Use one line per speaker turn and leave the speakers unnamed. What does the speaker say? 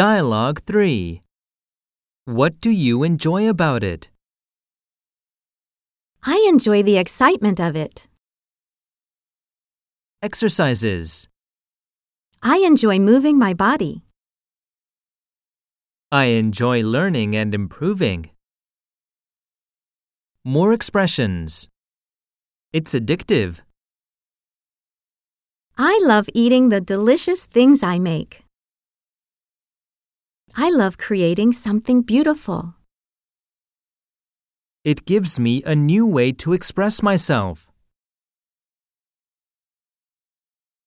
Dialogue 3. What do you enjoy about it?
I enjoy the excitement of it.
Exercises.
I enjoy moving my body.
I enjoy learning and improving. More expressions. It's addictive.
I love eating the delicious things I make. I love creating something beautiful.
It gives me a new way to express myself.